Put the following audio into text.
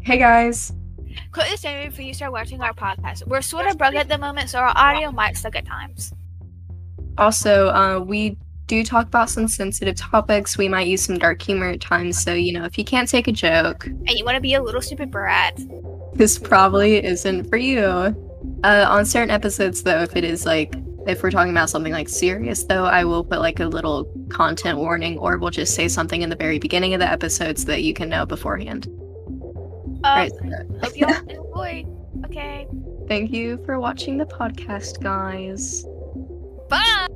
Hey guys. Quit the standard before you start watching our podcast. We're sort of broke at the moment, so our audio might suck at times. Also, uh, we do talk about some sensitive topics. We might use some dark humor at times, so you know, if you can't take a joke, And you want to be a little stupid brat. this probably isn't for you. Uh, on certain episodes, though, if it is like if we're talking about something like serious, though, I will put like a little content warning, or we'll just say something in the very beginning of the episode so that you can know beforehand. Um, Right. Hope you all enjoyed. Okay. Thank you for watching the podcast, guys. Bye.